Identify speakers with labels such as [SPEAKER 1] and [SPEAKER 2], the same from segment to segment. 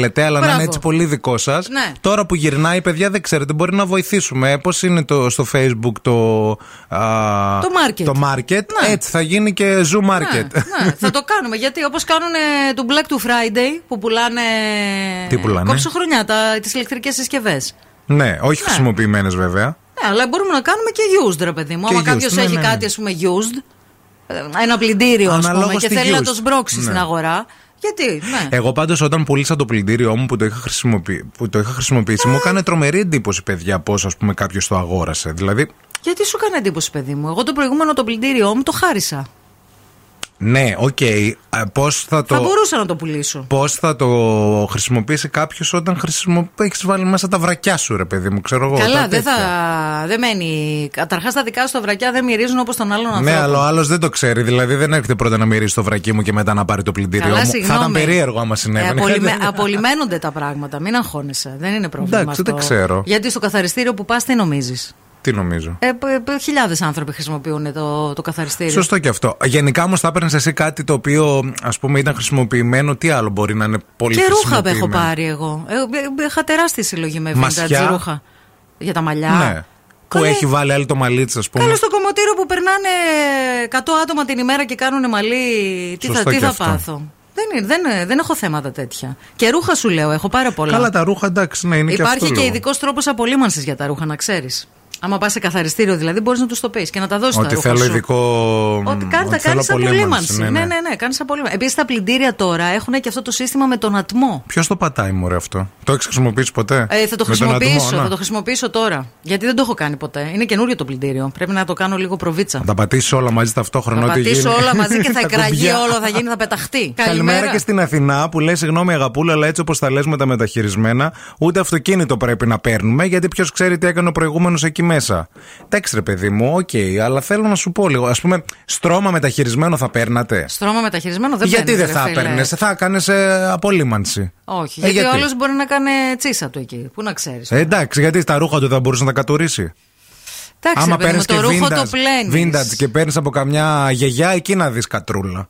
[SPEAKER 1] λέτε, αλλά να
[SPEAKER 2] Μπράβο.
[SPEAKER 1] είναι έτσι πολύ δικό σας.
[SPEAKER 2] Ναι.
[SPEAKER 1] Τώρα που γυρνάει, παιδιά, δεν ξέρετε, μπορεί να βοηθήσουμε. Πώς είναι το, στο Facebook το. α,
[SPEAKER 2] Το market.
[SPEAKER 1] Το market.
[SPEAKER 2] Ναι.
[SPEAKER 1] Έτσι θα γίνει και zoo
[SPEAKER 2] Ναι,
[SPEAKER 1] market.
[SPEAKER 2] ναι, θα το κάνουμε. Γιατί όπως κάνουν ε, του Black to Friday που πουλάνε.
[SPEAKER 1] Τι πουλάνε?
[SPEAKER 2] Κόψοχρονιά, τις ηλεκτρικές συσκευές.
[SPEAKER 1] ναι, όχι χρησιμοποιημένες βέβαια.
[SPEAKER 2] Ναι, αλλά μπορούμε να κάνουμε και used, ρε παιδί μου.
[SPEAKER 1] Και
[SPEAKER 2] Άμα
[SPEAKER 1] used,
[SPEAKER 2] κάποιος
[SPEAKER 1] ναι,
[SPEAKER 2] έχει
[SPEAKER 1] ναι, ναι.
[SPEAKER 2] κάτι, ας πούμε, used, ε, ένα πλυντήριο, ας πούμε,
[SPEAKER 1] Αναλόγως
[SPEAKER 2] και
[SPEAKER 1] τι
[SPEAKER 2] θέλει να
[SPEAKER 1] used.
[SPEAKER 2] το σμπρώξει
[SPEAKER 1] Ναι. Ε.
[SPEAKER 2] στην αγορά. Γιατί, ναι.
[SPEAKER 1] Εγώ πάντως όταν πούλησα το πλυντήριό μου που το είχα, χρησιμοποιη... που το είχα χρησιμοποιήσει,
[SPEAKER 2] Ναι.
[SPEAKER 1] μου έκανε τρομερή εντύπωση, παιδιά, πώς ας πούμε κάποιος το αγόρασε. Δηλαδή,
[SPEAKER 2] Γιατί σου έκανε εντύπωση, παιδί μου. Εγώ το προηγούμενο το πλυντήριό μου το χάρισα.
[SPEAKER 1] ναι, οκ, πώς θα το.
[SPEAKER 2] Θα μπορούσα να το πουλήσω.
[SPEAKER 1] Πώς θα το χρησιμοποιήσει κάποιος όταν χρησιμο... έχεις βάλει μέσα τα βρακιά σου, ρε παιδί μου, ξέρω εγώ.
[SPEAKER 2] Καλά,
[SPEAKER 1] τα
[SPEAKER 2] δεν θα.
[SPEAKER 1] τέτοια.
[SPEAKER 2] Δεν μένει. Καταρχάς, τα δικά σου τα βρακιά δεν μυρίζουν όπως των άλλων
[SPEAKER 1] Ναι,
[SPEAKER 2] ανθρώπων.
[SPEAKER 1] αλλά ο άλλος δεν το ξέρει. Δηλαδή δεν έρχεται πρώτα να μυρίσει το βρακί μου και μετά να πάρει το πλυντήριό
[SPEAKER 2] Καλά,
[SPEAKER 1] μου. Θα
[SPEAKER 2] συγγνώμη.
[SPEAKER 1] ήταν περίεργο άμα
[SPEAKER 2] Ε,
[SPEAKER 1] συνέβαινε.
[SPEAKER 2] απολυμε- απολυμμένονται τα πράγματα. Μην αγχώνεσαι. Δεν είναι πρόβλημα.
[SPEAKER 1] Εντάξει,
[SPEAKER 2] αυτό.
[SPEAKER 1] δεν ξέρω.
[SPEAKER 2] Γιατί στο καθαριστήριο που πας, τι νομίζεις.
[SPEAKER 1] Τι νομίζω.
[SPEAKER 2] Ε, Χιλιάδες άνθρωποι χρησιμοποιούν το, το καθαριστήριο.
[SPEAKER 1] Σωστό και αυτό. Γενικά όμως θα έπαιρνες εσύ κάτι το οποίο ας πούμε ήταν χρησιμοποιημένο. Τι άλλο μπορεί να είναι πολύ
[SPEAKER 2] Και ρούχα
[SPEAKER 1] χρησιμοποιημένο.
[SPEAKER 2] έχω πάρει εγώ. Ε, ε, ε, Είχα τεράστια συλλογή με vintage
[SPEAKER 1] Μασιά.
[SPEAKER 2] ρούχα. Για τα μαλλιά.
[SPEAKER 1] Ναι. Που
[SPEAKER 2] Καλέ-
[SPEAKER 1] έχει βάλει άλλη το μαλλί τη, ας πούμε.
[SPEAKER 2] Καλέ στο κομμωτήριο που περνάνε 100 άτομα την ημέρα και κάνουν μαλλί. Τι θα,
[SPEAKER 1] Σωστό
[SPEAKER 2] τι
[SPEAKER 1] και
[SPEAKER 2] θα
[SPEAKER 1] αυτό.
[SPEAKER 2] πάθω. Δεν, είναι- δεν, δεν έχω θέματα τέτοια. Και ρούχα σου λέω, έχω πάρα πολλά.
[SPEAKER 1] Καλά, τα ρούχα εντάξει, ναι, είναι και
[SPEAKER 2] Υπάρχει
[SPEAKER 1] αυτό.
[SPEAKER 2] και
[SPEAKER 1] λόγο.
[SPEAKER 2] ειδικός τρόπος απολύμανσης για τα ρούχα, να ξέρεις. Άμα πας σε καθαριστήριο, δηλαδή μπορείς να τους το πεις και να τα δώσεις τα
[SPEAKER 1] Ότι
[SPEAKER 2] ρούχα
[SPEAKER 1] θέλω
[SPEAKER 2] σου.
[SPEAKER 1] ειδικό.
[SPEAKER 2] Ότι κάνεις, τα
[SPEAKER 1] θέλω
[SPEAKER 2] κάνει απολύμανση. Ναι,
[SPEAKER 1] ναι,
[SPEAKER 2] ναι, ναι, κάνεις απολύμανση. Επίσης τα πλυντήρια τώρα έχουν και αυτό το σύστημα με τον ατμό.
[SPEAKER 1] Ποιος το πατάει, μωρέ αυτό. Το έχεις χρησιμοποιήσει ποτέ.
[SPEAKER 2] Ε, θα το
[SPEAKER 1] Με τον
[SPEAKER 2] χρησιμοποιήσω,
[SPEAKER 1] ατμό, ναι. να.
[SPEAKER 2] θα το χρησιμοποιήσω τώρα. Γιατί δεν το έχω κάνει ποτέ. Είναι καινούριο το πλυντήριο. Πρέπει να το κάνω λίγο προβίτσα.
[SPEAKER 1] Θα τα πατήσεις όλα μαζί ταυτόχρονα.
[SPEAKER 2] Θα
[SPEAKER 1] ό,τι
[SPEAKER 2] πατήσω
[SPEAKER 1] γίνει.
[SPEAKER 2] όλα μαζί και
[SPEAKER 1] Τα
[SPEAKER 2] θα εκραγεί
[SPEAKER 1] κουμπιά.
[SPEAKER 2] όλο, θα γίνει, θα πεταχτεί.
[SPEAKER 1] Καλημέρα και στην Αθηνά που λέει: Συγγνώμη, αγαπούλα, αλλά έτσι όπως τα λες με τα μεταχειρισμένα, ούτε αυτοκίνητο πρέπει να παίρνουμε, γιατί ποιος ξέρει τι έκανε ο προηγούμενος εκεί μέσα. Εντάξει, ρε παιδί μου, οκ, αλλά θέλω να σου πω λίγο. Ας πούμε, στρώμα μεταχειρισμένο θα παίρνατε.
[SPEAKER 2] Στρώμα μεταχειρισμένο δεν
[SPEAKER 1] γιατί
[SPEAKER 2] παίρνεις,
[SPEAKER 1] δεν
[SPEAKER 2] ρε
[SPEAKER 1] θα
[SPEAKER 2] φίλε.
[SPEAKER 1] παίρνες, θα έκανε απολύμανση.
[SPEAKER 2] Όχι,
[SPEAKER 1] Ε,
[SPEAKER 2] γιατί,
[SPEAKER 1] γιατί?
[SPEAKER 2] ο άλλο μπορεί να κάνει τσίσα του εκεί. Πού να ξέρεις.
[SPEAKER 1] Ε, εντάξει, γιατί στα ρούχα του θα μπορούσε να τα κατουρίσει.
[SPEAKER 2] Εντάξει,
[SPEAKER 1] Άμα
[SPEAKER 2] ρε
[SPEAKER 1] παίρνει
[SPEAKER 2] παιδί μου,
[SPEAKER 1] και
[SPEAKER 2] το ρούχο
[SPEAKER 1] vintage,
[SPEAKER 2] το πλένεις.
[SPEAKER 1] vintage και παίρνεις από καμιά γιαγιά, εκεί να δεις κατρούλα.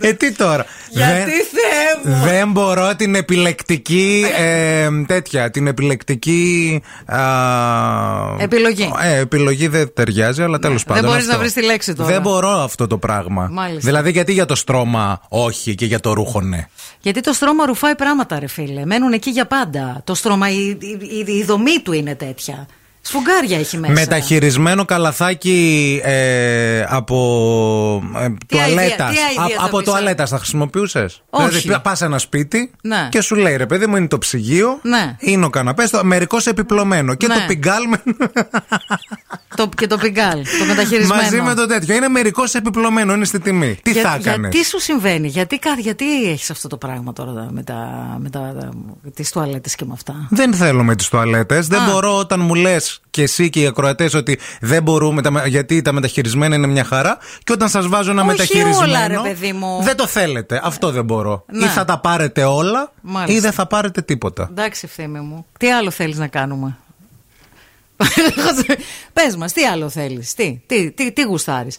[SPEAKER 1] ε, τι τώρα.
[SPEAKER 2] Γιατί θεέ μου.
[SPEAKER 1] δεν μπορώ την επιλεκτική ε, τέτοια, την επιλεκτική α,
[SPEAKER 2] Επιλογή. Ναι.
[SPEAKER 1] Ε, επιλογή δεν ταιριάζει, αλλά τέλος
[SPEAKER 2] δεν
[SPEAKER 1] πάντων.
[SPEAKER 2] μπορείς
[SPEAKER 1] αυτό.
[SPEAKER 2] να βρεις τη λέξη τώρα.
[SPEAKER 1] Δεν μπορώ αυτό το πράγμα.
[SPEAKER 2] Μάλιστα.
[SPEAKER 1] Δηλαδή, γιατί για το στρώμα όχι και για το ρούχο ναι.
[SPEAKER 2] Γιατί το στρώμα ρουφάει πράγματα, ρε φίλε. Μένουν εκεί για πάντα. Το στρώμα, η, η, η- η δομή του είναι τέτοια. Σφουγγάρια έχει μέσα.
[SPEAKER 1] Μεταχειρισμένο καλαθάκι ε, από ε, τουαλέτας.
[SPEAKER 2] idea, τι idea θα
[SPEAKER 1] Από
[SPEAKER 2] πεις, ε?
[SPEAKER 1] τουαλέτας θα χρησιμοποιούσες.
[SPEAKER 2] Όχι.
[SPEAKER 1] Δηλαδή πα ένα σπίτι
[SPEAKER 2] Ναι.
[SPEAKER 1] και σου λέει ρε παιδί μου είναι το ψυγείο,
[SPEAKER 2] Ναι.
[SPEAKER 1] είναι ο καναπές, το μερικός επιπλωμένο και
[SPEAKER 2] Ναι.
[SPEAKER 1] το πιγκάλ
[SPEAKER 2] Το, και το πιγκάλ, το μεταχειρισμένο.
[SPEAKER 1] μαζί με το τέτοιο. Είναι μερικός επιπλωμένο, είναι στη τιμή. Τι
[SPEAKER 2] Για-
[SPEAKER 1] θα έκανε.
[SPEAKER 2] Γιατί σου συμβαίνει, γιατί, κα- γιατί έχεις αυτό το πράγμα τώρα τα- με, τα, με τα, τα- τις τουαλέτες και με αυτά.
[SPEAKER 1] Δεν θέλω με τις τουαλέτες. Δεν
[SPEAKER 2] Α.
[SPEAKER 1] μπορώ όταν μου λες και εσύ και οι ακροατές ότι δεν μπορούμε, τα- γιατί τα μεταχειρισμένα είναι μια χαρά. Και όταν σας βάζω ένα
[SPEAKER 2] Όχι
[SPEAKER 1] μεταχειρισμένο.
[SPEAKER 2] όλα, ρε παιδί μου.
[SPEAKER 1] Δεν το θέλετε. Αυτό δεν μπορώ.
[SPEAKER 2] Ναι.
[SPEAKER 1] Ή θα τα πάρετε όλα,
[SPEAKER 2] Μάλιστα.
[SPEAKER 1] ή δεν θα πάρετε τίποτα.
[SPEAKER 2] Εντάξει, ευθύμη μου. Τι άλλο θέλεις να κάνουμε. Πες μας, τι άλλο θέλεις, τι, τι, τι, τι γουστάρεις.